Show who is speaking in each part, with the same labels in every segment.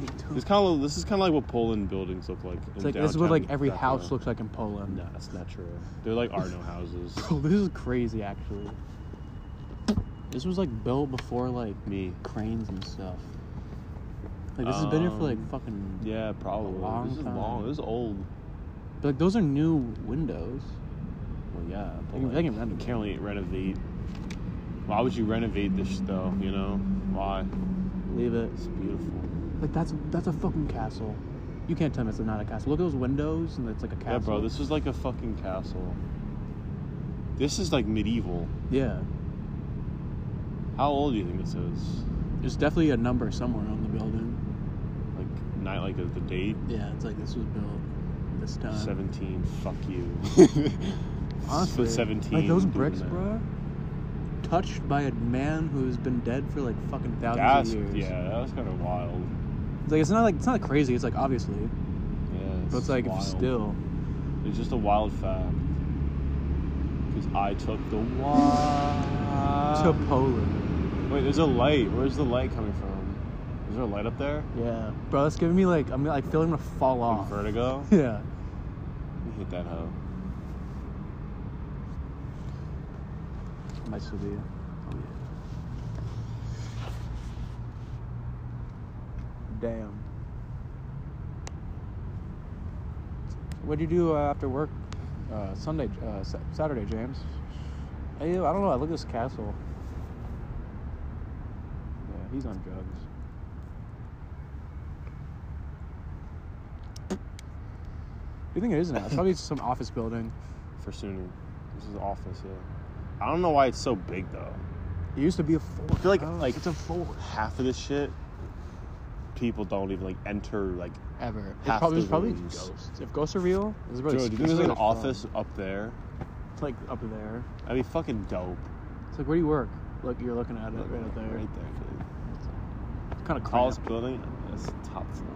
Speaker 1: me too.
Speaker 2: It's kind of this is kind of like what Poland buildings look like.
Speaker 1: It's like this is what like every house looks like in Poland.
Speaker 2: No, that's not true. They're like Arno houses.
Speaker 1: Bro, this is crazy actually.
Speaker 3: This was like built before like
Speaker 2: Me.
Speaker 3: cranes and stuff. Like this has been here for
Speaker 2: Um,
Speaker 3: like fucking.
Speaker 2: Yeah, probably.
Speaker 3: long
Speaker 2: this is
Speaker 3: time.
Speaker 2: long. This is old.
Speaker 3: But, like those are new windows.
Speaker 2: Well, yeah.
Speaker 3: They
Speaker 2: But
Speaker 3: can-
Speaker 2: like,
Speaker 3: they can renovate.
Speaker 2: you can't really renovate. Why would you renovate this though? You know why?
Speaker 3: Leave it.
Speaker 2: It's beautiful.
Speaker 1: Like that's that's a fucking castle. You can't tell me it's not a castle. Look at those windows and it's like a castle.
Speaker 2: Yeah, bro. This is like a fucking castle. This is like medieval.
Speaker 1: Yeah.
Speaker 2: How old do you think this is?
Speaker 1: There's definitely a number somewhere on the building.
Speaker 2: Like not like the date.
Speaker 1: Yeah, it's like this was built this time.
Speaker 2: Seventeen. Fuck you.
Speaker 1: Honestly,
Speaker 2: But seventeen.
Speaker 1: Like those
Speaker 2: doing
Speaker 1: bricks,
Speaker 2: that.
Speaker 1: bro. Touched by a man who's been dead for like fucking
Speaker 2: That's
Speaker 1: thousands of years.
Speaker 2: yeah. That was kind of wild.
Speaker 1: It's like it's not like it's not crazy. It's like obviously,
Speaker 2: Yeah.
Speaker 1: but it's like
Speaker 2: wild.
Speaker 1: still.
Speaker 2: It's just a wild fact. Cause I took the wild.
Speaker 1: to Poland.
Speaker 2: Wait, there's a light. Where's the light coming from? Is there a light up there?
Speaker 1: Yeah, bro, that's giving me like I'm like feeling to fall
Speaker 2: In
Speaker 1: off.
Speaker 2: Vertigo.
Speaker 1: Yeah,
Speaker 2: Let me hit that hoe.
Speaker 1: I might still be. Oh yeah. Damn. What do you do uh, after work? Uh, Sunday, uh, Sa- Saturday, James. I, I don't know. I look at this castle. Yeah, he's on drugs. You think it is now? It's probably some office building.
Speaker 2: For sooner. This is office. Yeah. I don't know why it's so big though.
Speaker 1: It used to be a fort.
Speaker 2: I feel like-
Speaker 1: bro.
Speaker 2: like-
Speaker 1: it's a fort.
Speaker 2: Half of this shit, people don't even like enter like.
Speaker 1: Ever. It
Speaker 2: Half
Speaker 1: probably,
Speaker 2: the
Speaker 1: it's probably
Speaker 2: rooms.
Speaker 1: ghosts. If ghosts are real, it's
Speaker 2: Bro,
Speaker 1: really.
Speaker 2: do you
Speaker 1: it's
Speaker 2: think there's like an
Speaker 1: really fun.
Speaker 2: office up there?
Speaker 1: It's like up there.
Speaker 2: That'd be fucking dope.
Speaker 1: It's like where do you work? Look, you're looking at it right up there.
Speaker 2: Right there. dude.
Speaker 1: It's kind of
Speaker 2: Tallest
Speaker 1: cramped.
Speaker 2: building. That's the top floor.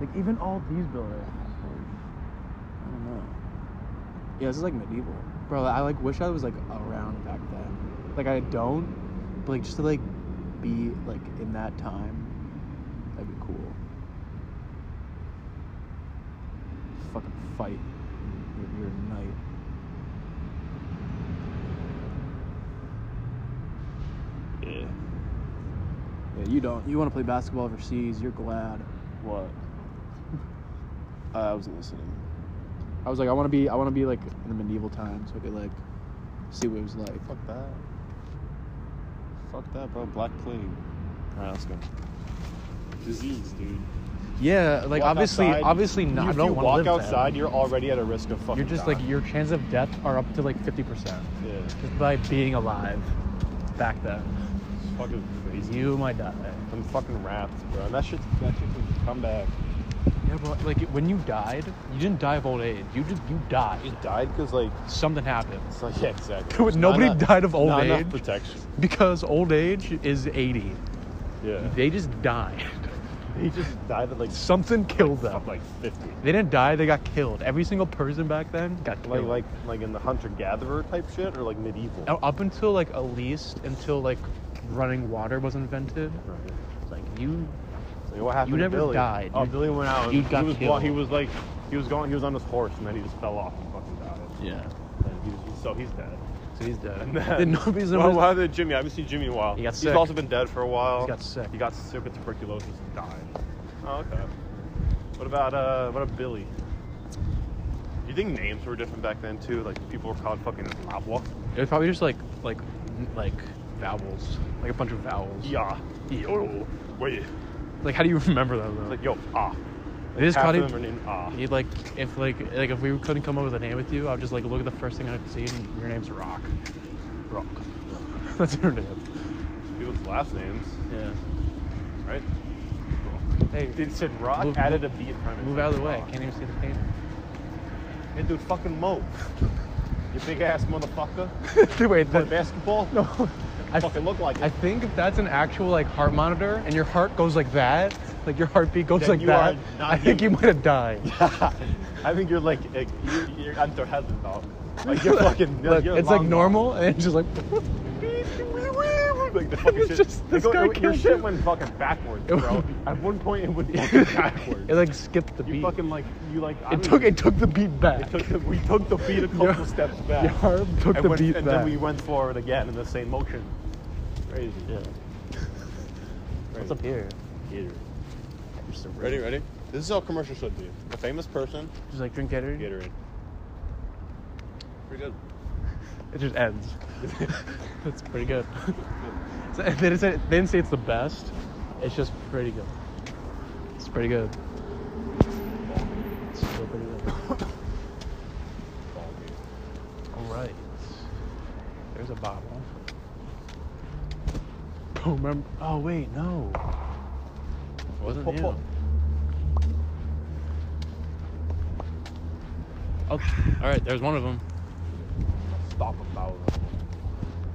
Speaker 1: Like even all these buildings. I don't know. Yeah, this is like medieval, bro. I like wish I was like around back then. Like I don't, but like just to like be like in that time, that'd be cool. Fucking fight your, your knight.
Speaker 2: Yeah.
Speaker 1: Yeah, you don't. You want to play basketball overseas? You're glad.
Speaker 2: What? Uh, I wasn't listening.
Speaker 1: I was like, I want to be. I want to be like in the medieval times, so I could like see what it was like.
Speaker 2: Fuck that. Fuck that, bro. Black plague. All right, let's go. Disease, dude.
Speaker 1: Yeah, like
Speaker 2: Walk
Speaker 1: obviously,
Speaker 2: outside,
Speaker 1: obviously
Speaker 2: you-
Speaker 1: not.
Speaker 2: If
Speaker 1: I don't
Speaker 2: you
Speaker 1: wanna
Speaker 2: walk
Speaker 1: live there.
Speaker 2: outside, you're already at a risk of fucking.
Speaker 1: You're just like
Speaker 2: dying.
Speaker 1: your chance of death are up to like fifty percent
Speaker 2: Yeah.
Speaker 1: just by being alive back then.
Speaker 2: It's fucking crazy.
Speaker 1: You might die.
Speaker 2: I'm fucking wrapped, bro. And that shit, that shit can come back.
Speaker 1: Yeah, but like when you died, you didn't die of old age. You just you
Speaker 2: You
Speaker 1: died.
Speaker 2: just died because like
Speaker 1: Something happened
Speaker 2: it's like yeah, exactly. It's
Speaker 1: Nobody
Speaker 2: not enough-
Speaker 1: died of old
Speaker 2: not enough
Speaker 1: age.
Speaker 2: protection.
Speaker 1: because old age is eighty.
Speaker 2: Yeah.
Speaker 1: They just died.
Speaker 2: He just died at like
Speaker 1: Something killed
Speaker 2: up
Speaker 1: them.
Speaker 2: like 50.
Speaker 1: They didn't die. They got killed. Every single person back then got
Speaker 2: Like
Speaker 1: killed.
Speaker 2: like like in the hunter gatherer type shit or like medieval.
Speaker 1: Now, up until like at least until like running water was invented,
Speaker 2: Right.
Speaker 1: like you
Speaker 2: Like, what happened?
Speaker 1: You
Speaker 2: to
Speaker 1: never
Speaker 2: Billy?
Speaker 1: died.
Speaker 2: Oh,
Speaker 1: You-
Speaker 2: Billy went out.
Speaker 1: you
Speaker 2: he
Speaker 1: got
Speaker 2: was,
Speaker 1: killed.
Speaker 2: He was like, he was going, he was on his horse, and then he just fell off and fucking died.
Speaker 1: yeah.
Speaker 2: And he was- so he's dead.
Speaker 1: So he's dead.
Speaker 2: And
Speaker 1: Then
Speaker 2: then-
Speaker 1: nobody's
Speaker 2: Well, what happened to Jimmy? I haven't seen Jimmy in a while.
Speaker 1: He got
Speaker 2: he's
Speaker 1: sick.
Speaker 2: also been dead for a while.
Speaker 1: He got sick.
Speaker 2: He got sick with tuberculosis and died. Oh, okay. What about uh, what about Billy? Do you think names were different back then too? Like people were called fucking Labwa.
Speaker 1: It was probably just like like like vowels, like a bunch of vowels.
Speaker 2: Yeah. Yo. E Wait.
Speaker 1: Like how do you remember that though?
Speaker 2: It's like yo ah.
Speaker 1: It is
Speaker 2: Half
Speaker 1: probably-
Speaker 2: of them are named ah.
Speaker 1: You'd like if like like if we couldn't come up with a name with you, I would just like look at the first thing I could see and your name's Rock.
Speaker 2: Rock.
Speaker 1: That's your name.
Speaker 2: People's last names,
Speaker 1: Yeah.
Speaker 2: right?
Speaker 1: Hey,
Speaker 2: It said rock,
Speaker 1: Move-
Speaker 2: added a B in front of it. Oh.
Speaker 1: move out of the way. I can't even see the painting.
Speaker 2: Hey, dude, fucking mope. You big ass motherfucker.
Speaker 1: Wait,
Speaker 2: Play basketball? No.
Speaker 1: I,
Speaker 2: fucking look like it.
Speaker 1: I think if that's an actual like heart monitor and your heart goes like that, like your heartbeat goes
Speaker 2: Then
Speaker 1: like
Speaker 2: you
Speaker 1: that,
Speaker 2: are not
Speaker 1: I think you
Speaker 2: human.
Speaker 1: might have died.
Speaker 2: I think you're like, eh, you- you're under heaven though. Like you're fucking.
Speaker 1: Look,
Speaker 2: you're
Speaker 1: it's like
Speaker 2: long
Speaker 1: normal and it's just like
Speaker 2: like the fucking
Speaker 4: was
Speaker 2: shit.
Speaker 4: just-
Speaker 2: it
Speaker 4: this
Speaker 2: go-
Speaker 4: guy
Speaker 2: it- your
Speaker 4: killed
Speaker 2: shit
Speaker 4: you.
Speaker 2: went fucking backwards,
Speaker 4: It
Speaker 2: bro.
Speaker 4: was-
Speaker 2: At one point, it went backwards.
Speaker 4: it like skipped the
Speaker 2: you
Speaker 4: beat.
Speaker 2: fucking like you like. I
Speaker 4: it
Speaker 2: don't
Speaker 4: took
Speaker 2: even-
Speaker 4: it took the beat back.
Speaker 2: It took the, we took the beat a couple
Speaker 4: Yeah.
Speaker 2: steps back.
Speaker 4: Yeah, took
Speaker 2: and
Speaker 4: the
Speaker 2: went-
Speaker 4: beat
Speaker 2: and
Speaker 4: back.
Speaker 2: then we went forward again in the same motion. Crazy.
Speaker 4: yeah. What's up here?
Speaker 2: Gator.
Speaker 4: You're so
Speaker 2: Ready,
Speaker 4: rude.
Speaker 2: ready? This is how commercials should be. A famous person,
Speaker 4: Just like drink Gatorade.
Speaker 2: Gatorade. Pretty good.
Speaker 4: It just ends. it's pretty good. So, they, didn't say, they didn't say it's the best. It's just pretty good. It's pretty good. It's still pretty good.
Speaker 2: Ball game.
Speaker 4: All right. There's a bottle. Oh, remember? Oh wait, no. Wasn't
Speaker 2: Pop,
Speaker 4: you.
Speaker 2: pop.
Speaker 4: Oh, all right. There's one of them.
Speaker 2: Stop about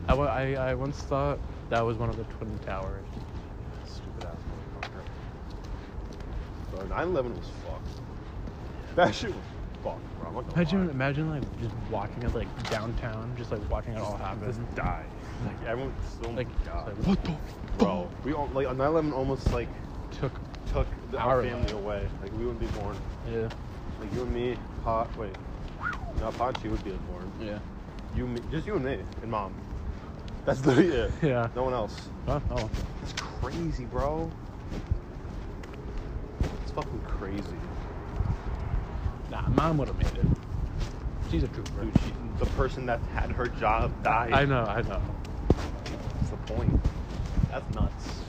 Speaker 4: I, wa- I, I once thought that was one of the twin towers.
Speaker 2: Stupid ass motherfucker. Bro, 9 11 was fucked. That shit was fucked, bro. I'm not gonna
Speaker 4: Imagine,
Speaker 2: lie.
Speaker 4: imagine like just watching it like downtown, just like watching it all happen.
Speaker 2: Just die. Like, everyone still.
Speaker 4: Like,
Speaker 2: Like, God.
Speaker 4: it's like, what the
Speaker 2: bro, we all, like, 9 11 almost, like,
Speaker 4: f- took?
Speaker 2: took the, our
Speaker 4: Our
Speaker 2: family away. Like, we wouldn't be born.
Speaker 4: Yeah,
Speaker 2: Like, you and me, Pot, wait. Not Pot, she would be born.
Speaker 4: yeah.
Speaker 2: You, and me, just you and me, and mom. That's literally it.
Speaker 4: Yeah.
Speaker 2: No one else.
Speaker 4: Oh, oh.
Speaker 2: That's crazy, bro. It's fucking crazy.
Speaker 4: nah, mom would have made it. She's a trooper.
Speaker 2: Dude, she, the person that had her job died.
Speaker 4: I know, I know.
Speaker 2: That's the point. That's nuts.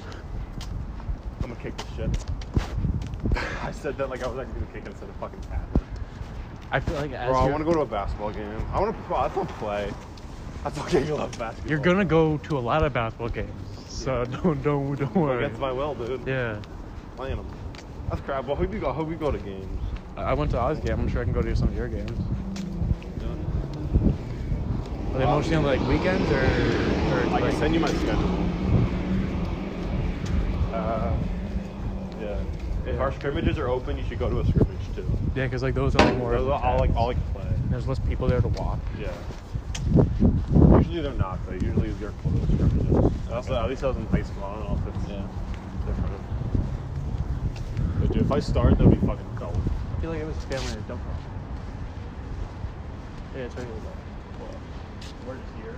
Speaker 2: I'm gonna kick this shit. I said that like I was actually gonna kick it instead of fucking tap.
Speaker 4: I feel like as
Speaker 2: Bro, I
Speaker 4: you're-
Speaker 2: wanna go to a basketball game. I wanna, I wanna play. I fucking love basketball.
Speaker 4: You're gonna go to a lot of basketball games, so don't don't don't
Speaker 2: go
Speaker 4: worry.
Speaker 2: against my will, dude.
Speaker 4: yeah,
Speaker 2: Playing them. That's crap. Well, hope you go, hope we go to games.
Speaker 4: I I went to Oz game. I'm sure I can go to some of your games. Are they mostly on like weekends or? or
Speaker 2: I
Speaker 4: like-
Speaker 2: can send you my schedule. Uh, yeah. If our scrimmages are open, you should go to a scrimmage too.
Speaker 4: Yeah, because like those are like more.
Speaker 2: Those are all like
Speaker 4: intense.
Speaker 2: all like play.
Speaker 4: There's less people there to watch.
Speaker 2: Yeah. Usually they're not though. Usually they're close scrimmages. Also, at least I was in high school. I don't know if it's
Speaker 4: Yeah.
Speaker 2: different. But dude, if I start, that'd be fucking dope.
Speaker 4: I feel like it was family at dump Yeah, it's right here.
Speaker 2: We're just here.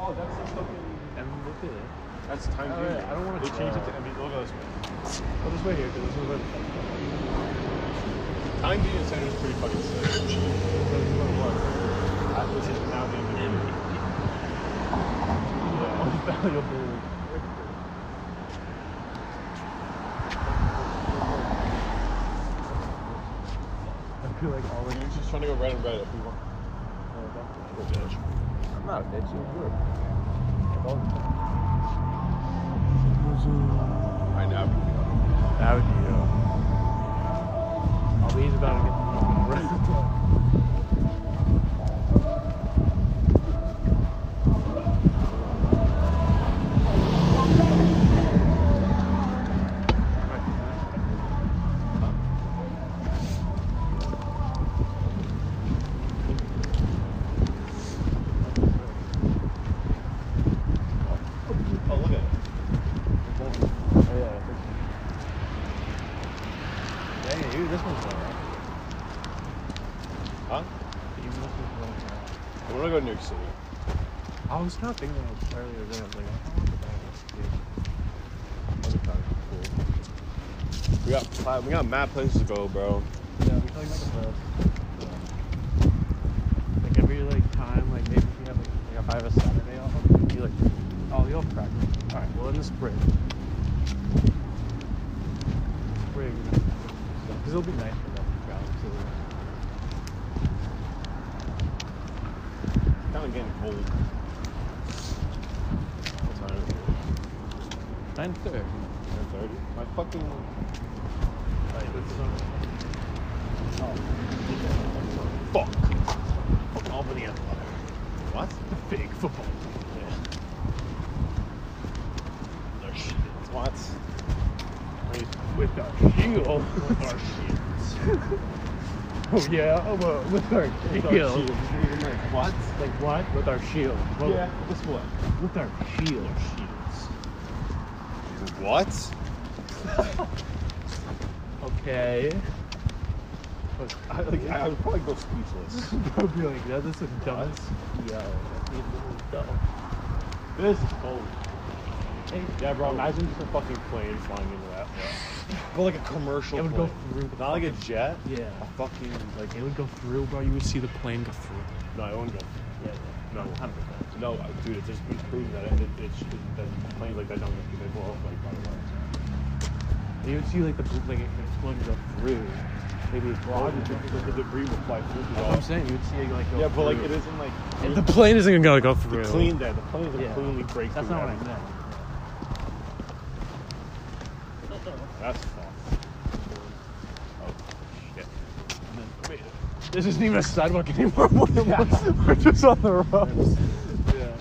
Speaker 2: Oh, that's the fucking.
Speaker 4: And look at it.
Speaker 2: That's time
Speaker 4: Oh,
Speaker 2: too.
Speaker 4: yeah, I don't wanna
Speaker 2: They
Speaker 4: try.
Speaker 2: changed it to NBA. Look at this.
Speaker 4: I'll just wait here because Oh, this is where.
Speaker 2: Time being center is pretty fucking sick. This is now the Yeah.
Speaker 4: valuable. I feel like all
Speaker 2: You're just trying to go right and right if we want.
Speaker 4: I'm not a bitch.
Speaker 2: Right now.
Speaker 4: That would be I'll be about to get the
Speaker 2: Oh, look at it.
Speaker 4: Hey, dude, this one's alright.
Speaker 2: Huh? I want to go to New York City.
Speaker 4: I was not thinking of earlier then. I was like, I don't know about
Speaker 2: Other times, cool. We got pla- we got mad places to go, bro.
Speaker 4: this. Yeah, we probably Like every like time, like maybe if you have like, like if I have a Saturday off, I'll be like, oh, you'll practice. All right, well in the spring. Spring. Because it'll be nice for them to travel too.
Speaker 2: It's kind of getting cold. What time is it?
Speaker 4: Nine thirty.
Speaker 2: 10:30? My fucking. Hey, this is on- Fuck. Fuck Albany Empire. What? The big football. Yeah. With our shields. What? With our shields. With our shields.
Speaker 4: Oh yeah, oh, well, with our
Speaker 2: With our
Speaker 4: shield.
Speaker 2: shield.
Speaker 4: Like what? Like what? With our shield. Well,
Speaker 2: Yeah. This what?
Speaker 4: With our shield. Shields.
Speaker 5: What?
Speaker 4: Okay.
Speaker 2: I, like, I would probably go speechless.
Speaker 4: I'll be like, that is the dumbest. Yo, that is dumb.
Speaker 2: this is cold.
Speaker 4: Hey,
Speaker 2: Yeah, bro. Imagine just a fucking plane flying into that. But like a commercial.
Speaker 4: It would go
Speaker 2: plane.
Speaker 4: through the
Speaker 2: Not like a jet.
Speaker 4: Yeah.
Speaker 2: A fucking like.
Speaker 4: It would go through, bro. You would see the plane go through.
Speaker 2: No, it wouldn't go.
Speaker 4: Yeah,
Speaker 2: No.
Speaker 4: Hundred percent.
Speaker 2: No, uh, dude, it's just been proven that it, it, it, should- that planes like that don't get people off like by the way.
Speaker 4: You would see like the bl- like it exploding go through. Maybe it's
Speaker 2: Well, the, the debris will fly through the
Speaker 4: I'm saying you would see it like go
Speaker 2: Yeah, but like
Speaker 4: through.
Speaker 2: it isn't like
Speaker 4: And
Speaker 2: the
Speaker 4: plane isn't gonna go
Speaker 2: the
Speaker 4: through.
Speaker 2: clean that the planes are
Speaker 4: Yeah.
Speaker 2: cleanly break
Speaker 4: That's
Speaker 2: through
Speaker 4: not what I
Speaker 2: that.
Speaker 4: meant.
Speaker 2: That's fucked. Oh shit.
Speaker 4: This isn't even a sidewalk anymore. We're, we're just on the road.
Speaker 2: Yeah.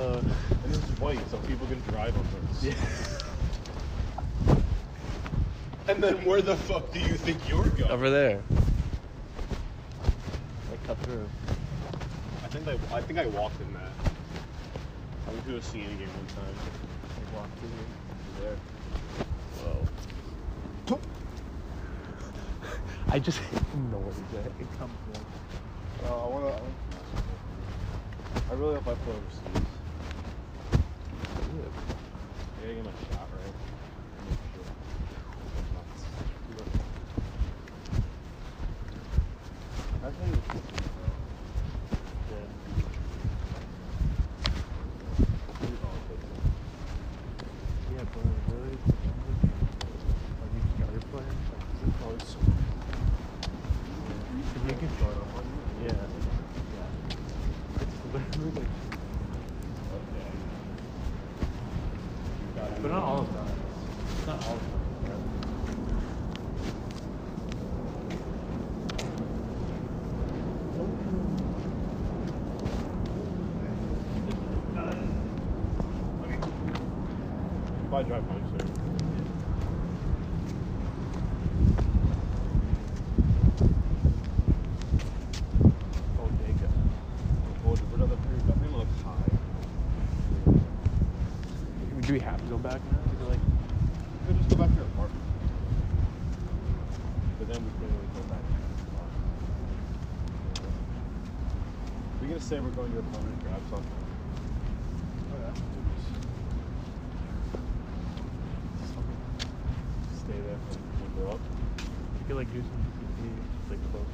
Speaker 2: Uh, and this is white, so people can drive on this. Yeah. And then where the fuck do you think you're going?
Speaker 5: Over there.
Speaker 4: Like cut through.
Speaker 2: I think I, I think I walked in that. I went to a CN game one time.
Speaker 4: Like walk through.
Speaker 2: There. Whoa.
Speaker 4: I just noise it. It comes in.
Speaker 2: Uh, I wanna. I, wanna- I really hope I put overseas. I gotta get my shot right. Make sure. Nuts. That's how you put it, bro. You all take it.
Speaker 4: Yeah, but really, like you started playing, like this is always so. If you can start on one, yeah, yeah. It's literally like, but not all of them. It's not all of them.
Speaker 2: If I drive mine, sir. Oh, Jacob. Oh, boy, we're another period. That thing looks high.
Speaker 4: Do we have to go back now? Is it like,
Speaker 2: We could just go back to your apartment. But then we could really go back to your apartment. We gonna say we're going to your apartment and grab something. Oh yeah. Stay there for when we're up.
Speaker 4: you could like do some PPP, like close.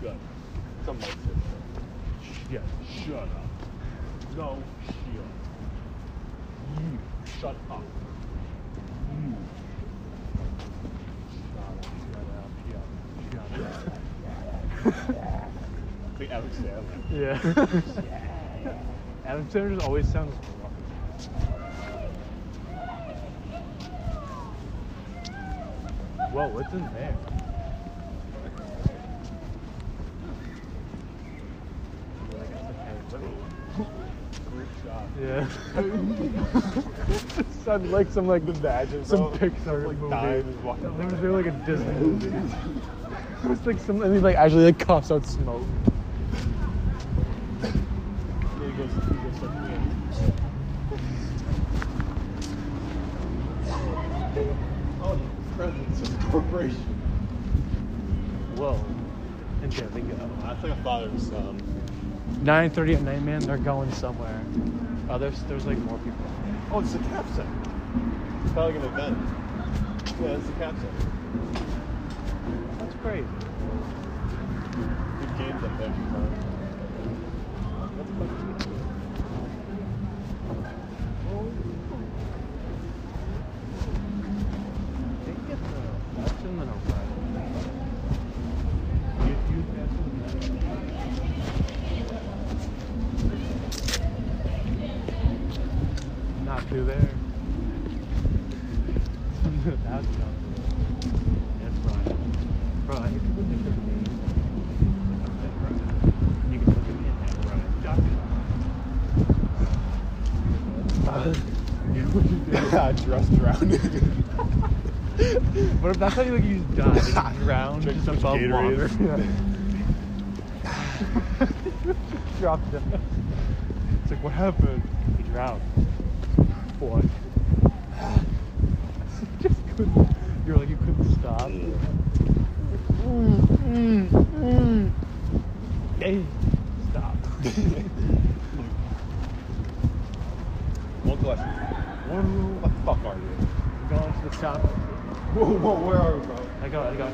Speaker 2: Shut up. Something like this.
Speaker 4: Yeah.
Speaker 2: Shut up. No shield. You shut up. You shut up. I think Alex Sandler.
Speaker 4: Yeah. Adam Sanders always sounds rough. Whoa, what's in there?
Speaker 2: Great shot.
Speaker 4: Yeah. Sounds like some like
Speaker 2: Imagine
Speaker 4: some
Speaker 2: bro,
Speaker 4: Pixar
Speaker 2: like
Speaker 4: movie.
Speaker 2: dying is walking
Speaker 4: There was there like a Disney movie. it was like some and he like actually like coughs out smoke.
Speaker 2: He goes, he goes like, yeah. Oh, the president's of the corporation.
Speaker 4: Whoa. And there they go.
Speaker 2: That's like a father and son.
Speaker 4: 9:30 at night, man. They're going somewhere. Oh, there's there's like more people.
Speaker 2: Oh, it's a capsule. It's probably like an event. Yeah, it's a capsule.
Speaker 4: That's crazy.
Speaker 2: Good games up there. That's fucking good.
Speaker 4: They get the that's in the Nevada. You- you- that's in the- Not through there. that's not through. That's right. Bro, I hate people think their names. You can look at me and have a ride.
Speaker 2: I just drowned.
Speaker 4: What if that's how you like you just die, you drown just
Speaker 5: some
Speaker 4: above water?
Speaker 5: Gatorade.
Speaker 4: Drop down. It's like what happened? He drowned. What? just couldn't. You're like you couldn't stop. Hey, stop.
Speaker 2: One question. One. What the fuck are you?
Speaker 4: Going to the shop.
Speaker 2: Whoa, whoa, where are we, bro?
Speaker 4: I got. I got.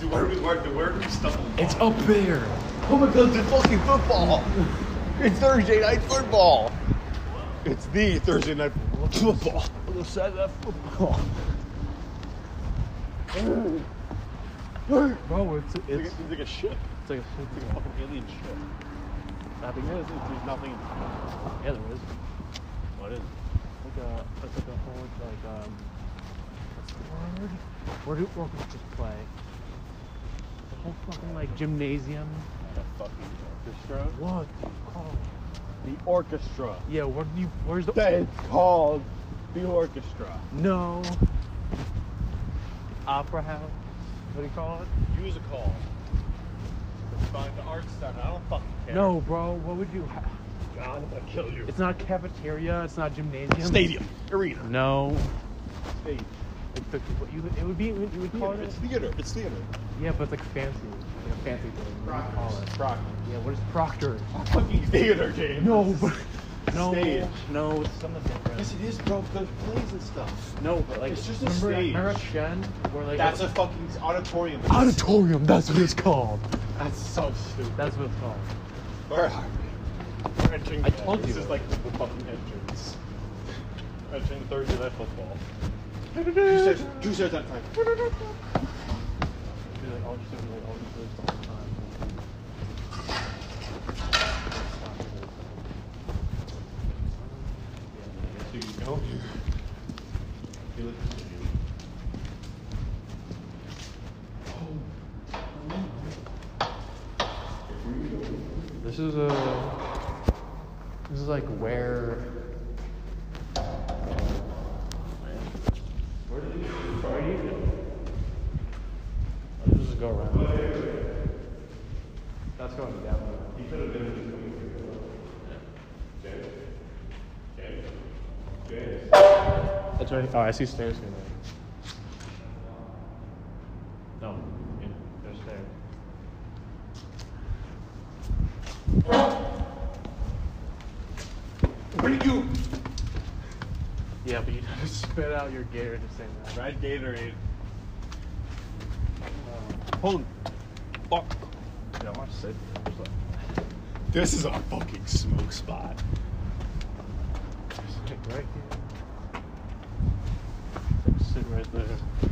Speaker 5: Dude, where do we where, do- where do we stumble?
Speaker 1: It's up there.
Speaker 2: Oh my god, it's fucking football! It's Thursday night football! It's the Thursday night football.
Speaker 1: Other side of that football.
Speaker 4: Bro, it's
Speaker 2: It's,
Speaker 4: it's
Speaker 2: like a ship.
Speaker 4: it's like a
Speaker 2: It's like a fucking alien ship.
Speaker 4: I think
Speaker 2: It
Speaker 4: it
Speaker 2: is,
Speaker 4: is.
Speaker 2: it's- there's nothing.
Speaker 4: Yeah, there is.
Speaker 2: What is it?
Speaker 4: Like a it's like a whole like um what's the word? Where do orcas just play? The whole fucking like gymnasium.
Speaker 2: The fucking orchestra?
Speaker 4: What do you call it?
Speaker 2: The orchestra.
Speaker 4: Yeah, what do you where's the
Speaker 2: That is called the orchestra.
Speaker 4: No Opera House? What do you call it?
Speaker 2: Use a call. Find the arts center. I don't fucking care.
Speaker 4: No bro, what would you ha-
Speaker 2: God, I'm gonna kill you.
Speaker 4: it's not cafeteria, it's not gymnasium.
Speaker 2: Stadium. Arena.
Speaker 4: No.
Speaker 2: Stage.
Speaker 4: It's the, what you, it would be you would call
Speaker 2: Theater.
Speaker 4: it
Speaker 2: It's theater. It's theater.
Speaker 4: Yeah, but it's like fancy. Like a fancy thing. What do you call it?
Speaker 2: Rock.
Speaker 4: Yeah, what is Proctor's?
Speaker 2: Fucking theater, James.
Speaker 4: No, but no,
Speaker 2: Stage.
Speaker 1: No, it's something different.
Speaker 2: Yes, it is, bro. There's plays and stuff.
Speaker 1: No, but like
Speaker 2: It's just a
Speaker 4: remember,
Speaker 2: stage.
Speaker 4: remember at Shen, where like
Speaker 2: That's a fucking auditorium.
Speaker 4: auditorium. That's what it's called.
Speaker 2: That's so stupid.
Speaker 4: That's what it's called.
Speaker 2: Where are we? We're entering.
Speaker 4: I told
Speaker 2: this
Speaker 4: you.
Speaker 2: is like the fucking entrance. We're entering Thursday night football. Two steps. Two steps at a time.
Speaker 4: Be like, all just doing, like, all these moves all the time.
Speaker 2: So you go. You look at the video.
Speaker 1: This is a. This is like where. Where did you? Where are you? Let's just go around. That's going down. That's right. Oh, I see stairs here.
Speaker 4: No, in, there's there.
Speaker 2: Where did you?
Speaker 4: Yeah, but you just spit out your Gatorade just saying that.
Speaker 2: Red Gatorade. Hold. Fuck.
Speaker 4: Yeah, watch Sid.
Speaker 2: This is a fucking smoke spot.
Speaker 4: Like right here. Like Sid right there.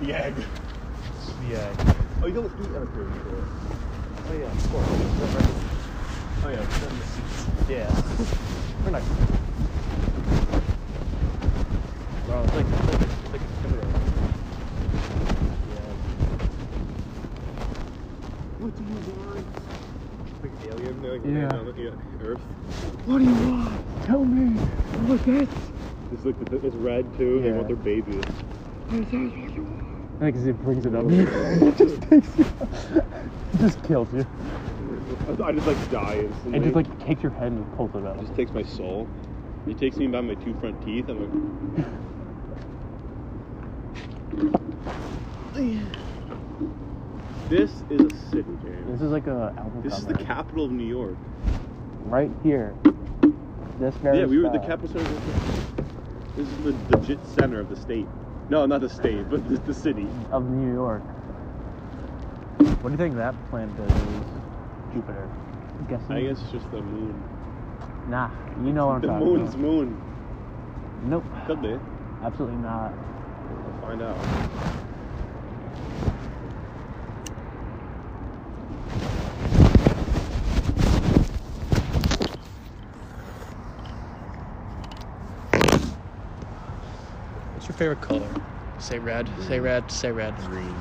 Speaker 2: The egg.
Speaker 4: Yeah.
Speaker 2: Oh, you don't eat up here before.
Speaker 4: Oh yeah, of course.
Speaker 2: Oh yeah, it's in the seats.
Speaker 4: Yeah. We're not. Bro, it's like, it's like, it's like a killer. Yeah.
Speaker 2: What do you want? Like alien, like
Speaker 1: Yeah.
Speaker 2: on the yeah, Earth.
Speaker 1: What do you want? Tell me. What's this?
Speaker 2: It's like the, it's red too. They
Speaker 1: Yeah.
Speaker 2: want their babies.
Speaker 1: Because it brings it up. it just takes you. It just kills you.
Speaker 2: I, I just like die instantly.
Speaker 1: It just like takes your head and pulls it out.
Speaker 2: It just takes my soul. It takes me by my two front teeth. I'm like. this is a city, James.
Speaker 1: This is like a album
Speaker 2: This is the
Speaker 1: cover.
Speaker 2: capital of New York.
Speaker 1: right here. This very
Speaker 2: Yeah, we were at the
Speaker 1: spot.
Speaker 2: capital center. of- This is the legit center of the state. No, not the state, but the, the city.
Speaker 1: of New York. What do you think that planet is? Jupiter. I'm guessing.
Speaker 2: I guess it's just the moon.
Speaker 1: Nah, you know what I'm
Speaker 2: the
Speaker 1: talking
Speaker 2: moon's
Speaker 1: about.
Speaker 2: moon.
Speaker 1: Nope.
Speaker 2: Could be.
Speaker 1: Absolutely not.
Speaker 2: We'll find out.
Speaker 1: What's your favorite color?
Speaker 4: Say red. Say red. Say red.
Speaker 6: Green.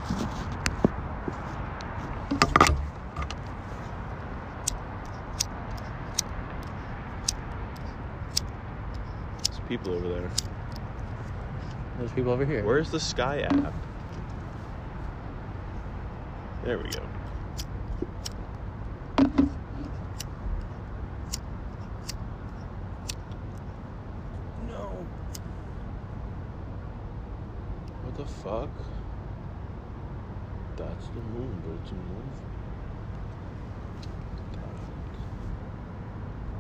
Speaker 2: There's people over there.
Speaker 4: There's people over here.
Speaker 2: Where's the Sky app? There we go. No. What the fuck? That's the moon, but it's a moon.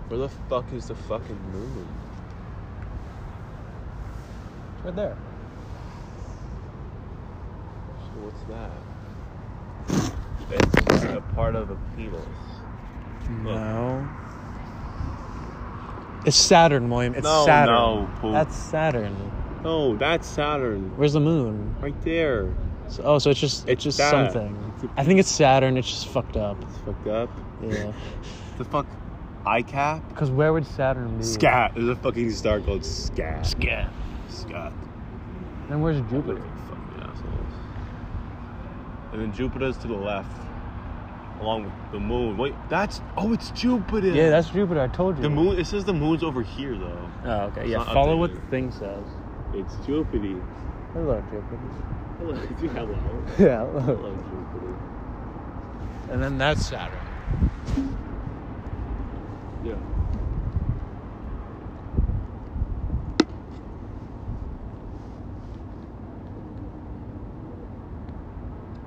Speaker 2: Where the fuck is the fucking moon?
Speaker 4: Right there.
Speaker 2: So what's that? It's a part of a penis. Oh.
Speaker 4: No. It's Saturn, William. It's
Speaker 2: No,
Speaker 4: Saturn.
Speaker 2: no, Paul.
Speaker 4: That's Saturn.
Speaker 2: Oh, that's Saturn.
Speaker 4: Where's the moon?
Speaker 2: Right there.
Speaker 4: So, oh, so it's just it's,
Speaker 2: It's
Speaker 4: just
Speaker 2: that.
Speaker 4: something. I think it's Saturn. It's just fucked up.
Speaker 2: It's fucked up.
Speaker 4: Yeah.
Speaker 2: The fuck? ICAP?
Speaker 4: Because where would Saturn be?
Speaker 2: Scat. There's a fucking star called Scat.
Speaker 4: Scat.
Speaker 2: Scat.
Speaker 4: Then where's
Speaker 2: Fucking
Speaker 4: Jupiter?
Speaker 2: assholes. And then Jupiter's to the left. Along with the moon. Wait, that's. Oh, it's Jupiter!
Speaker 4: Yeah, that's Jupiter. I told you.
Speaker 2: The moon. It says the moon's over here, though.
Speaker 4: Oh, okay.
Speaker 2: It's
Speaker 4: Yeah.
Speaker 2: not
Speaker 4: Follow what the
Speaker 2: updated.
Speaker 4: thing says.
Speaker 2: It's Jupiter.
Speaker 4: Hello, Jupiter.
Speaker 2: Hello. Hello.
Speaker 4: Yeah.
Speaker 2: Hello, Jupiter.
Speaker 4: And then that's Saturn.
Speaker 2: Yeah.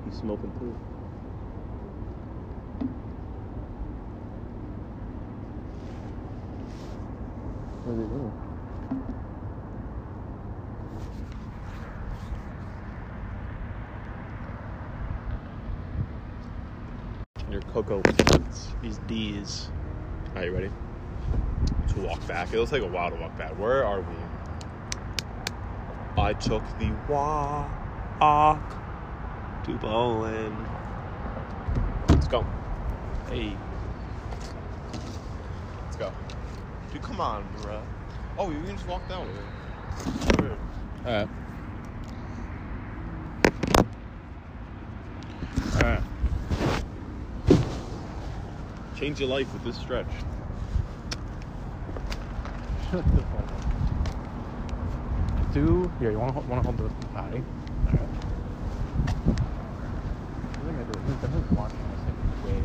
Speaker 2: He's smoking too.
Speaker 4: What are they doing?
Speaker 2: Your cocoa plants. These bees. Are you ready? To walk back. It'll take a while to walk back. Where are we? I took the walk to Bowling. Let's go. Hey. Let's go. Dude, come on, bruh. Oh, you can just walk down with it.
Speaker 4: All right. All right.
Speaker 2: Change your life with this stretch.
Speaker 4: Shut the fuck up. Do yeah? You want to want to hold the high? All right. I think I do. I'm just watching this thing way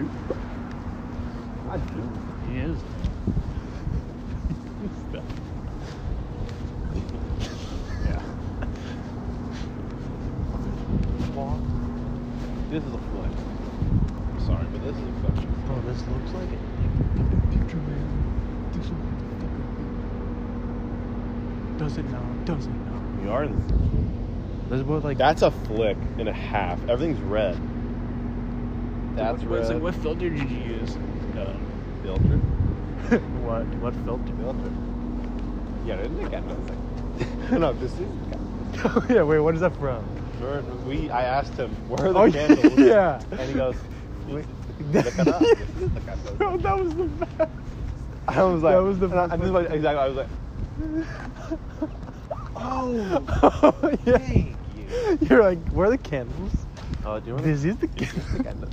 Speaker 4: over there. He is.
Speaker 2: Yeah. Walk. This is a flex. I'm sorry, but this is a flex.
Speaker 4: Bro, Oh, this looks like it.
Speaker 1: Picture man. This is fucking- Does it now? Does it now?
Speaker 2: We are in
Speaker 4: This is what like
Speaker 2: That's a flick and a half. Everything's red. That's
Speaker 4: What,
Speaker 2: red.
Speaker 4: what filter did you use? Um,
Speaker 2: filter?
Speaker 4: what what filter?
Speaker 2: Filter. Yeah, didn't they get nothing? no, this is.
Speaker 4: Oh, yeah. Wait, what is that from?
Speaker 2: Where- We, I asked him, where are the
Speaker 4: Oh, yeah.
Speaker 2: candles?
Speaker 4: Yeah.
Speaker 2: And he goes,
Speaker 4: Wait.
Speaker 2: look it up. Look at those.
Speaker 4: Bro, that was the best.
Speaker 2: I was like,
Speaker 4: That was the
Speaker 2: and I, and this is
Speaker 4: best
Speaker 2: what- exactly. I was like, oh,
Speaker 4: oh, yeah.
Speaker 2: thank you.
Speaker 4: You're like, where are the candles?
Speaker 2: Oh, do you want
Speaker 4: This is the
Speaker 2: This is the candles.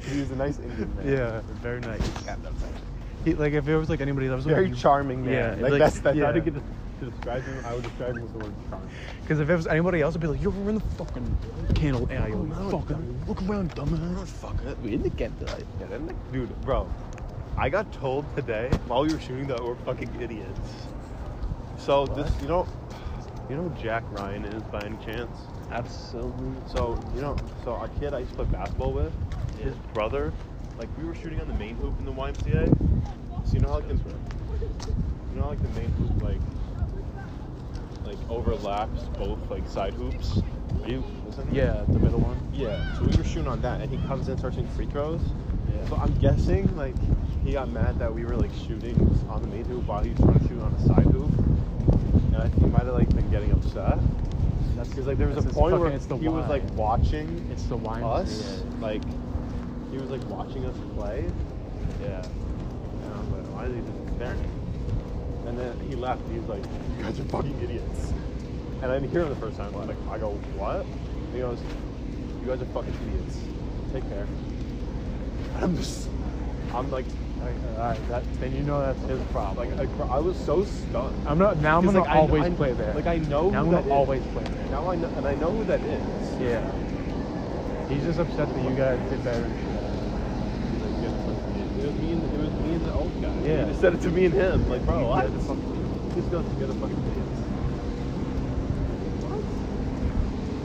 Speaker 2: He was a nice Indian man.
Speaker 4: Yeah, very nice.
Speaker 2: Candles.
Speaker 4: He, like, if it was like anybody that was
Speaker 2: Very
Speaker 4: like,
Speaker 2: charming man.
Speaker 4: Yeah,
Speaker 2: like,
Speaker 4: like,
Speaker 2: that's that's
Speaker 4: yeah.
Speaker 2: how to get to, to describe him. I would describe him as the word charming.
Speaker 4: Because if it was anybody else, it'd be like, yo, we're in the fucking candle alley. fucking look around, dumbass.
Speaker 2: Fuck it. We in the candle. Dude, bro, I got told today while we were shooting that we're fucking idiots. So this, you know, you know who Jack Ryan is by any chance?
Speaker 4: Absolutely.
Speaker 2: So you know, so our kid I used to play basketball with, his brother, like we were shooting on the main hoop in the YMCA. So you know how like the, you know how, like the main hoop like like overlaps both like side hoops. Are you listening?
Speaker 4: Yeah, the middle one.
Speaker 2: Yeah. So we were shooting on that, and he comes in starts making free throws.
Speaker 4: Yeah.
Speaker 2: So I'm guessing like he got mad that we were like shooting on the main hoop while he was trying to shoot on a side hoop, and I think he might have like been getting upset.
Speaker 4: That's
Speaker 2: Because like there was a
Speaker 4: that's- it's
Speaker 2: point
Speaker 4: fucking-
Speaker 2: where
Speaker 4: it's the
Speaker 2: he was like
Speaker 4: Y.
Speaker 2: watching
Speaker 4: it's the wine.
Speaker 2: us, like he was like watching us play,
Speaker 4: Yeah.
Speaker 2: and I was like, why is he just staring? And then he left. and He was like, you guys are fucking idiots. And I didn't hear him the first time. Like, I go, what? And he goes, you guys are fucking idiots. Take care. And I'm just, I'm like, all right, all right, that, then you know that's his problem. Like, I, I was so stunned.
Speaker 4: I'm not. Now I'm
Speaker 2: 'Cause,
Speaker 4: gonna
Speaker 2: like, I-
Speaker 4: always
Speaker 2: I-
Speaker 4: play there.
Speaker 2: Like, I know
Speaker 4: now
Speaker 2: who
Speaker 4: I'm
Speaker 2: that is.
Speaker 4: gonna always play there.
Speaker 2: Now I know, and I know who that is.
Speaker 4: Yeah. He's just upset that you guys did better.
Speaker 2: It was me and, it was me and the old guy.
Speaker 4: Yeah.
Speaker 2: He just said it to me and him. Like, bro, what?
Speaker 4: did the
Speaker 2: He's going to get a fucking dance. What?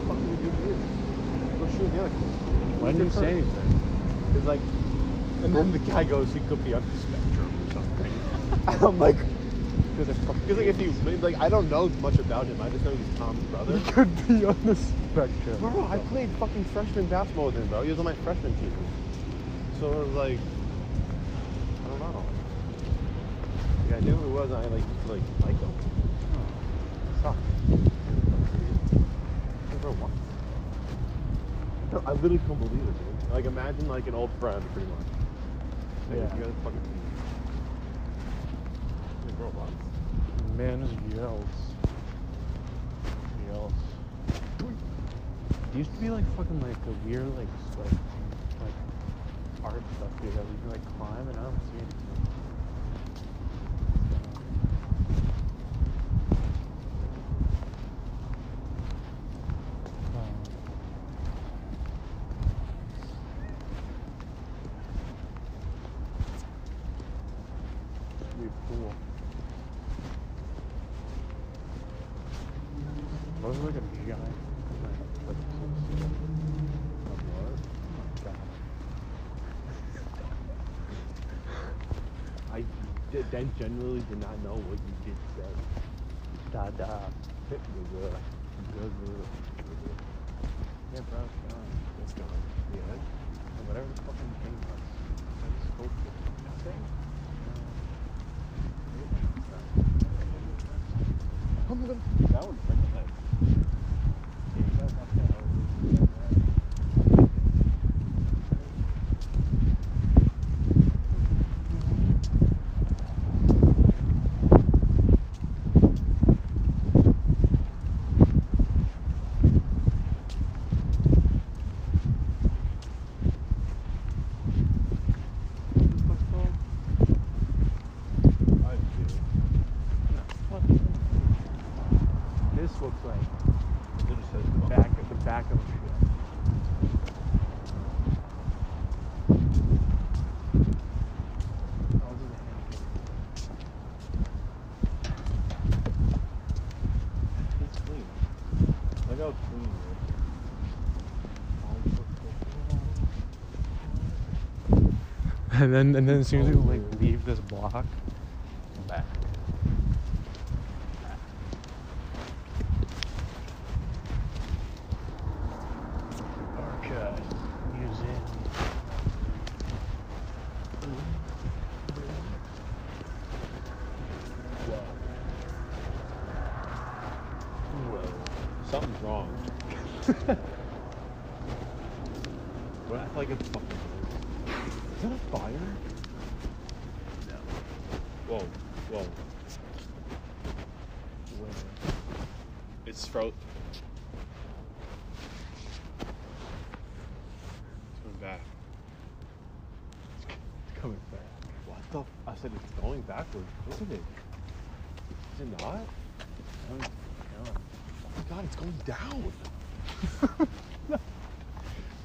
Speaker 2: What the fuck are you doing here? Go shoot the other kid.
Speaker 1: Why didn't you say anything?
Speaker 2: He's like, and then the guy goes, he could be on the spectrum or something. And I'm like,
Speaker 1: Because I fucking
Speaker 2: because like if you, like, I don't know much about him. I just know he's Tom's brother.
Speaker 4: Could be on the spectrum.
Speaker 2: Bro, I played fucking freshman basketball with him, bro. He was on my freshman team. So it was like, I don't know. Like, I knew who it was, and I like just, like like him. Sucks. Never once. No, I literally couldn't believe it, dude. Like imagine like an old friend, pretty much. Like,
Speaker 4: Yeah.
Speaker 2: You guys fucking. Like, bro, what?
Speaker 4: Man just yells. Yells.
Speaker 1: It used to be like fucking like a weird like s- like like art stuff dude that we can like climb and I don't see anything.
Speaker 4: Should be cool. What if like a giant like, like
Speaker 2: I d- then generally did not know what you did say.
Speaker 4: da da. Yeah, bro, it's gone.
Speaker 2: It's gone. Yeah.
Speaker 4: Like, Whatever the fucking thing was. I just hope that thing.
Speaker 2: I'm gonna. That would bring it back.
Speaker 4: Yeah, you guys left that out.
Speaker 2: I do.
Speaker 4: This looks like
Speaker 2: It just says
Speaker 4: the back of the back of a ship. I'll do
Speaker 2: It's clean. Look how clean it is.
Speaker 1: And then and then as soon as we like leave this block, back.
Speaker 4: the hand. Archive. Museum.
Speaker 2: Whoa. Something's wrong. Don't act like it's fucking
Speaker 1: Is that a fire?
Speaker 5: Whoa, whoa. It's fro. It's coming back.
Speaker 2: It's coming back. What the? F- I said it's going backwards, isn't it? Is it not? Oh my god, it's going down.
Speaker 1: I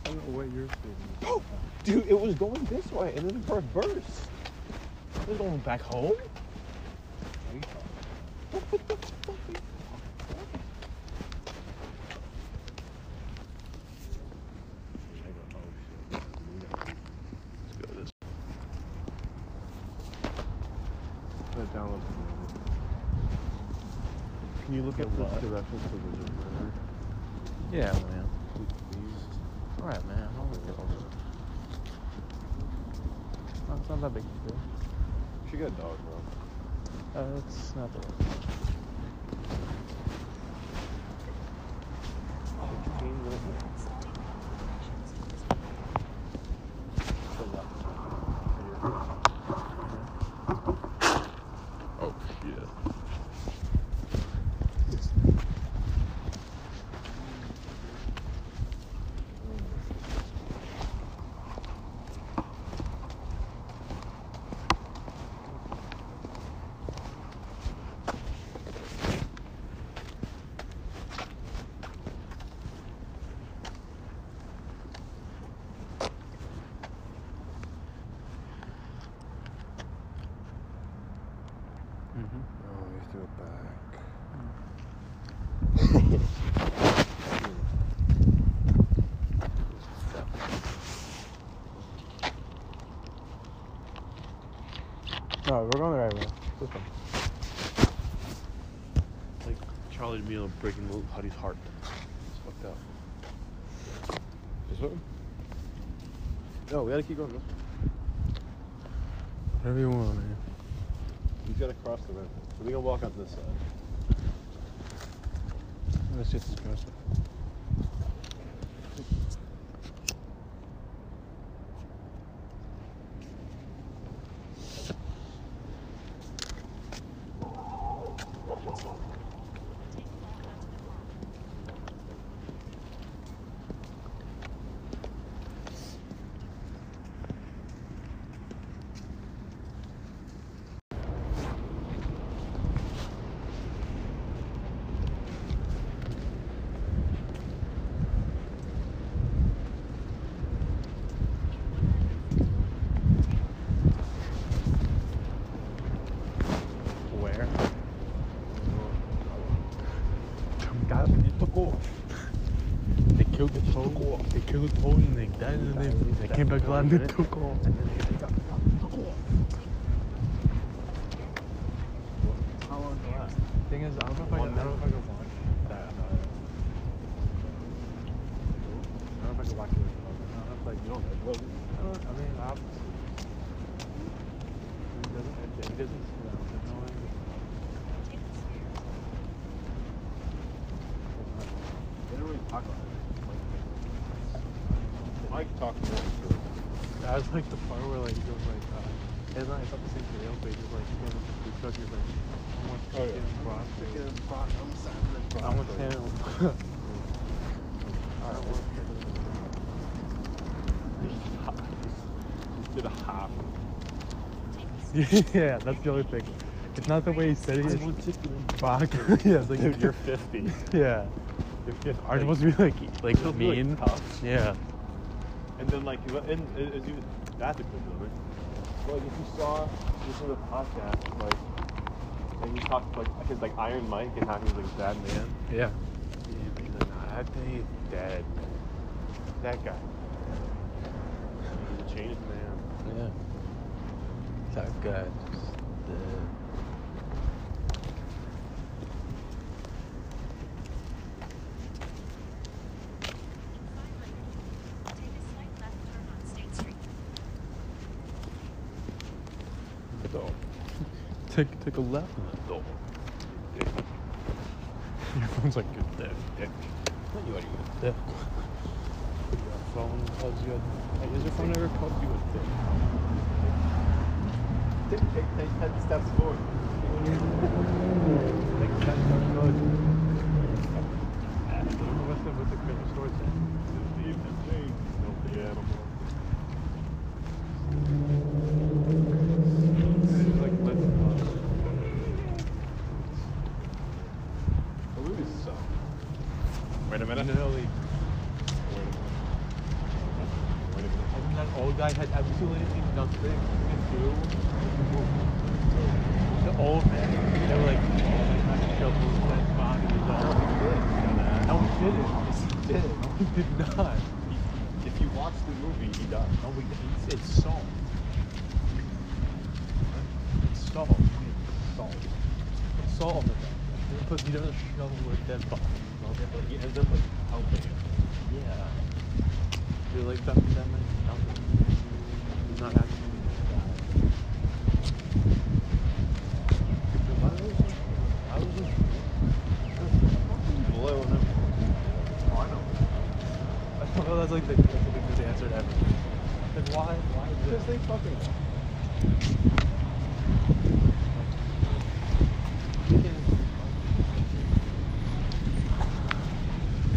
Speaker 1: don't know what you're feeling.
Speaker 2: Oh, dude, it was going this way, and then it reversed. It was going back home. What the fuck?
Speaker 5: Let's go this.
Speaker 2: Can you look at
Speaker 1: what?
Speaker 2: the directions to the river?
Speaker 1: Yeah, man.
Speaker 2: Please.
Speaker 1: Alright man, I'll look at all this. Oh, It's not that big of a deal.
Speaker 2: You should get a dog, bro.
Speaker 1: Uh, it's not that
Speaker 2: Fifteen minute minutes. To the left.
Speaker 5: Oh shit.
Speaker 1: I
Speaker 2: Oh, threw it back.
Speaker 1: No, we're going the right way. This one.
Speaker 5: Like Charlie D'Amelio breaking Lil Huddy's heart. It's fucked up.
Speaker 2: This one? No, we gotta keep going.
Speaker 1: Whatever you want, man.
Speaker 2: He's gotta cross the river. We can walk up this side.
Speaker 1: Let's just discuss
Speaker 2: Where? Got him. He took off.
Speaker 5: They killed the toad. They killed the toad and they died and they, they came back alive and they took off.
Speaker 4: How long is left?
Speaker 1: Thing is, I don't know if I
Speaker 4: One
Speaker 1: can. I don't
Speaker 4: minute.
Speaker 1: know if I can walk.
Speaker 4: I don't know if I can watch it. I don't know if I, you don't like Logan. I don't, I mean, I'm. He doesn't, he doesn't, no, no,
Speaker 2: They don't really talk about it. Mike talked more to
Speaker 4: I was like the part where like he was like, uh, and I thought the same video, but he was like, he was like, food truck, he was like, I want
Speaker 2: Oh, yeah.
Speaker 4: chicken and broccoli.
Speaker 2: I'm
Speaker 4: I want salmon.
Speaker 2: Just did a hop.
Speaker 4: yeah, that's the only thing. It's not the way he said it. It's broccoli. yeah, it's like
Speaker 2: Dude, you're 50. You're
Speaker 4: yeah.
Speaker 2: 50.
Speaker 4: Are supposed to be like like
Speaker 2: Just be, like,
Speaker 4: mean?
Speaker 2: tough.
Speaker 4: yeah.
Speaker 2: And then like, you- and and- and you- that's a good number. Well, like if you saw this was a podcast, like, and you talked like his like Iron Mike and how he was like a bad man.
Speaker 4: Yeah.
Speaker 2: He's like, nah, that thing is dead. That guy. He's a changed man.
Speaker 4: Yeah. That guy.
Speaker 5: Adult.
Speaker 4: Take take a left.
Speaker 5: Adult. Dick.
Speaker 4: Your phone's like good there.
Speaker 5: Dick. Not you anyway.
Speaker 4: Yeah. Phone calls you.
Speaker 5: Hey, is your phone ever called you a dick?
Speaker 2: Take, take, take 10 steps forward. Take 10 steps forward.
Speaker 4: What's the what's the Christmas story saying?
Speaker 2: He's like, let's go. The movie sucks.
Speaker 5: Wait a minute.
Speaker 4: Literally. I mean, that old guy had absolutely nothing to do. The old man, they were like, oh, they tried to kill this man's body. He's all, no, we didn't. Yes, he did. No, we did not.
Speaker 2: If you watch the movie, he dies.
Speaker 4: No, we didn't. It's, it's salt. It's salt. It's salt. It's salt on the back. But he doesn't shovel a dead body.
Speaker 2: Okay, but he ends up like helping him.
Speaker 4: Yeah. You're like that, that meant nothing. He's not actually gonna die. Why would you- why would you-
Speaker 2: Blow him. Oh,
Speaker 4: why not? I don't know, that's like the, that's the biggest answer to everything. Like, why? Why is
Speaker 2: Because they
Speaker 4: that?
Speaker 2: fucking.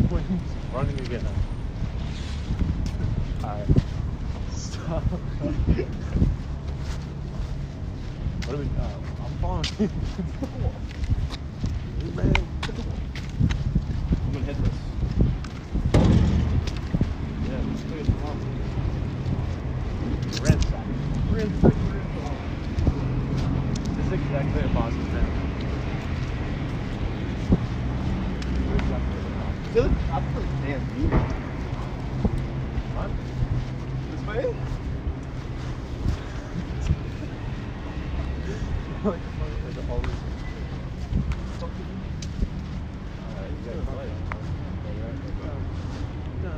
Speaker 4: When he's running again.
Speaker 2: Alright.
Speaker 4: Stop. What are we, uh, I'm falling.
Speaker 2: I'm gonna hit this. Yeah, let's play it tomorrow. Ransack.
Speaker 4: This is exactly a boss's man. like, like all these.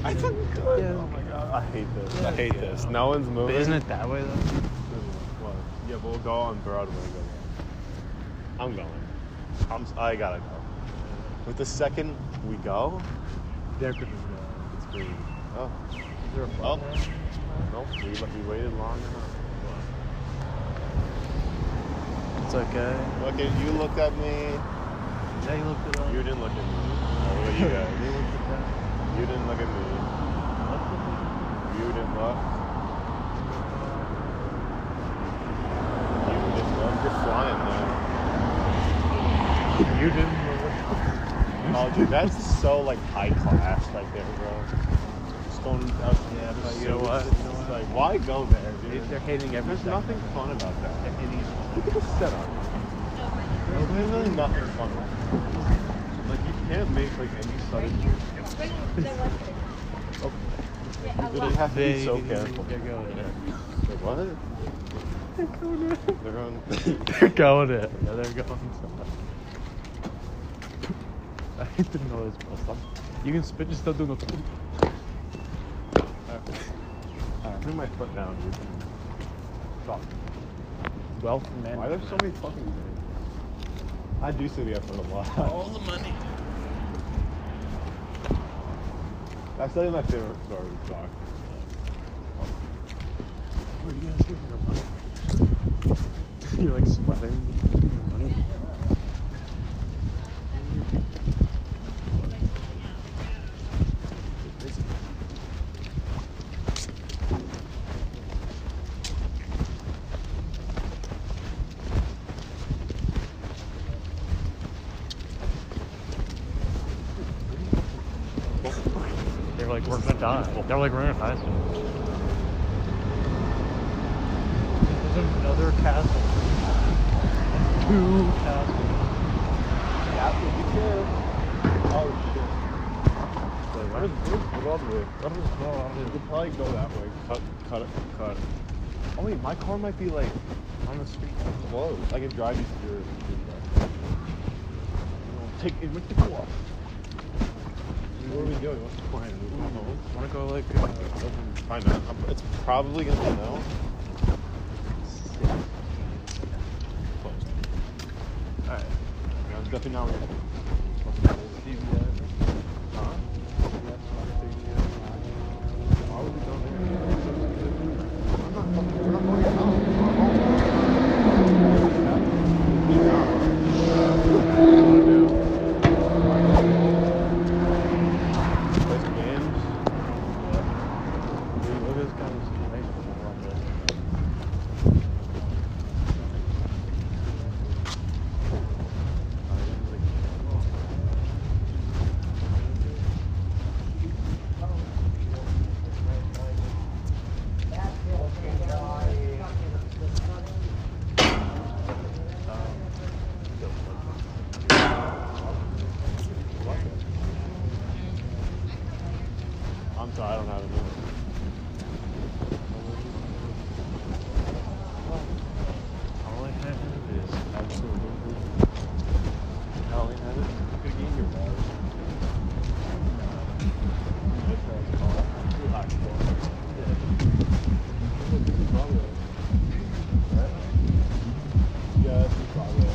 Speaker 5: I think.
Speaker 2: Oh my god, I hate this.
Speaker 5: I hate this.
Speaker 2: No one's moving.
Speaker 1: But isn't it that way though?
Speaker 2: Well, yeah, but we'll go on Broadway. but- I'm going. I'm. s- I gotta go. With the second we go,
Speaker 4: There could be no.
Speaker 2: it's green. Oh
Speaker 4: Is there a
Speaker 2: Oh.
Speaker 4: button there?
Speaker 2: no, we, we waited long
Speaker 1: It's okay.
Speaker 2: enough. Okay, you looked at me.
Speaker 1: Yeah, you looked it up.
Speaker 2: You didn't look at me. Oh, what about you guys? You didn't look at me. You didn't look. You didn't look. You're flying now.
Speaker 4: You didn't know
Speaker 2: Oh, dude, that's so like high class right there, bro. Just going up.
Speaker 4: Yeah, but
Speaker 2: so
Speaker 4: you know what?
Speaker 2: It's just like, why go there,
Speaker 4: what.
Speaker 2: dude?
Speaker 4: They're hating every
Speaker 2: There's
Speaker 4: second.
Speaker 2: nothing fun about that.
Speaker 4: They're hating each
Speaker 2: Look at the setup. There's literally nothing fun about it. Like, you can't make like any sudden. You literally have to be so careful.
Speaker 1: They're going it.
Speaker 2: Like, what? They're going.
Speaker 1: They're going it.
Speaker 4: Yeah, they're going so much. I hate the noise, bro. Stop. You can spit, just don't do nothing.
Speaker 2: Alright, put my foot down, dude. Stop.
Speaker 4: Wealth man.
Speaker 2: Why are there so many fucking things? I do see the effort a lot. All the money. That's not my favorite story to talk.
Speaker 1: Where do you guys get your money? You're like sweating. Your money.
Speaker 4: They're like, we're gonna die. They're like, we're gonna die soon. There's another castle. Two castles.
Speaker 2: Yeah, you can. Oh shit. Wait, where's, where's Broadway?
Speaker 4: What is going
Speaker 2: You
Speaker 4: on?
Speaker 2: could probably go that way. Cut, cut it, cut it. Oh wait, my car might be like
Speaker 4: On the street.
Speaker 2: closed. I can drive you through. Take it with the go off. What are we doing? What's the plan?
Speaker 1: Wanna go like uh,
Speaker 2: I know. I'm- It's probably gonna be no. Closed. Alright. I'm definitely not ready. Huh? Why would we go there? I'm not fucking- we're not going to hell. We're not going to hell. Play some games. Dude, look at this kind of situation. Like this. I'm sorry, I don't have it.
Speaker 4: All I have is
Speaker 2: Absolutely. Hell, you have it. Good game, your bars. Yeah, this is Broadway. This is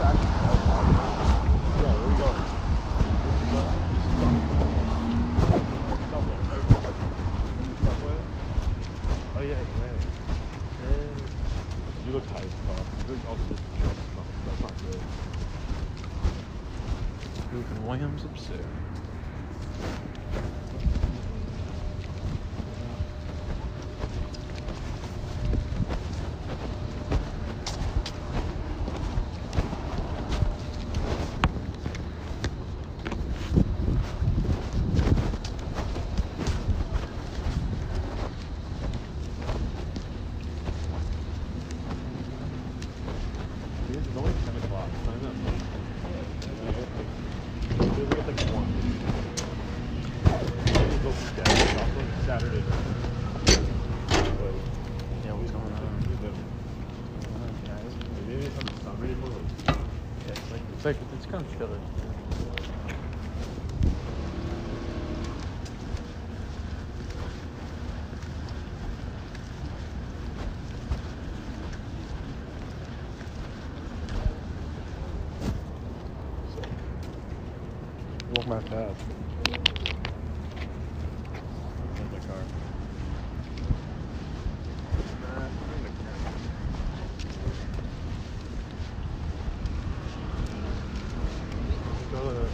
Speaker 2: actually Broadway. Yeah, where we going?
Speaker 4: Oh yeah, yeah.
Speaker 2: You look tired, Carl. You look also just That's not good.
Speaker 4: Goof and Williams upstairs.
Speaker 2: Dude, It's only 10 o'clock. Time up. Yeah, it's like- it's like one.
Speaker 4: like it's kind of chilly.
Speaker 2: Walk my path. my car. Go to the.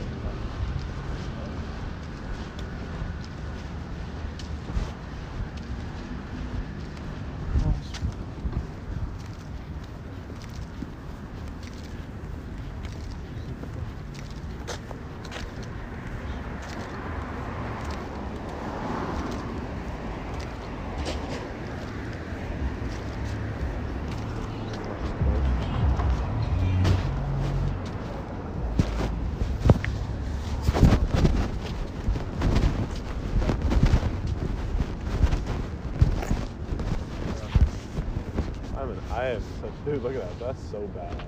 Speaker 2: I'm an. I am such. Dude, look at that. That's so bad.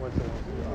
Speaker 2: Went to, uh,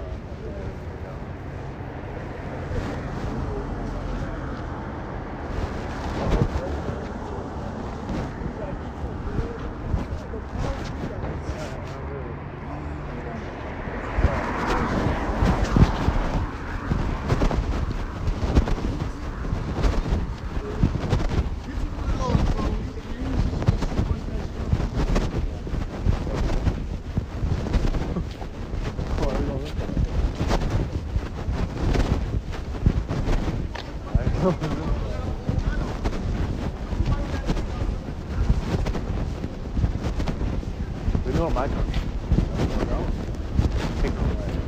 Speaker 2: We know my country. Take it away.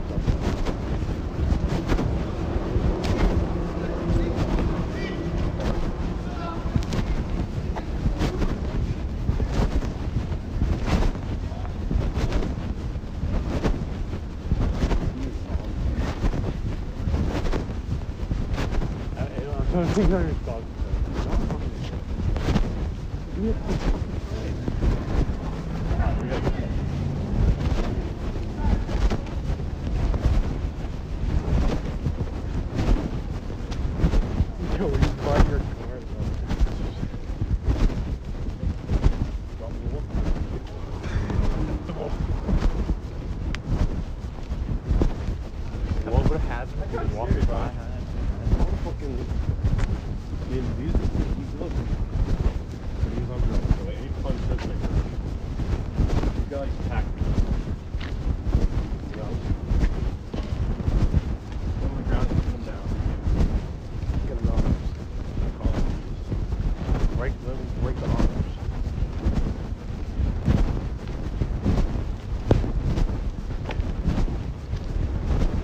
Speaker 2: I don't think I was talking Yo, you bought your car, What would happen if you walked by? Fucking. Dude, these these look. These look good. Like, any fun trips like this. You got like pack. You know? On the ground, come down. Get it off. Call it. Break the break the arms.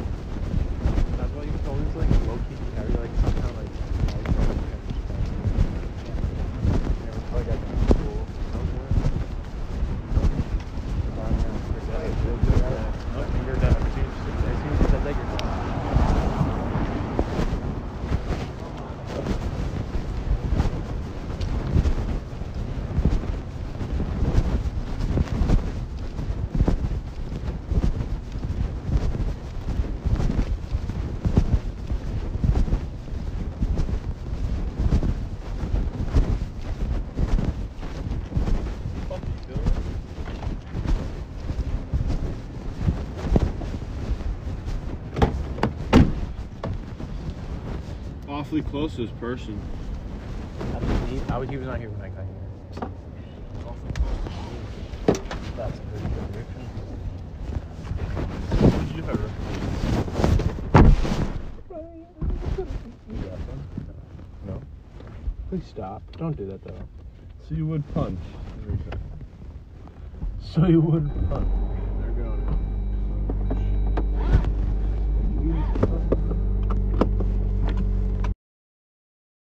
Speaker 2: That's why you can always like low key carry like some kind of like knife or something. Yeah, we probably got that in school somewhere. Fine, yeah, we're good. We'll do that. Nothing, you're done. I've changed it. As soon as you said that, you're done.
Speaker 7: Awfully close to this person.
Speaker 2: I was, he, I was, he was not here when I got here. That's a pretty good reaction.
Speaker 5: You have
Speaker 2: No. Please stop. Don't do that though.
Speaker 7: So you would punch.
Speaker 2: So you would punch.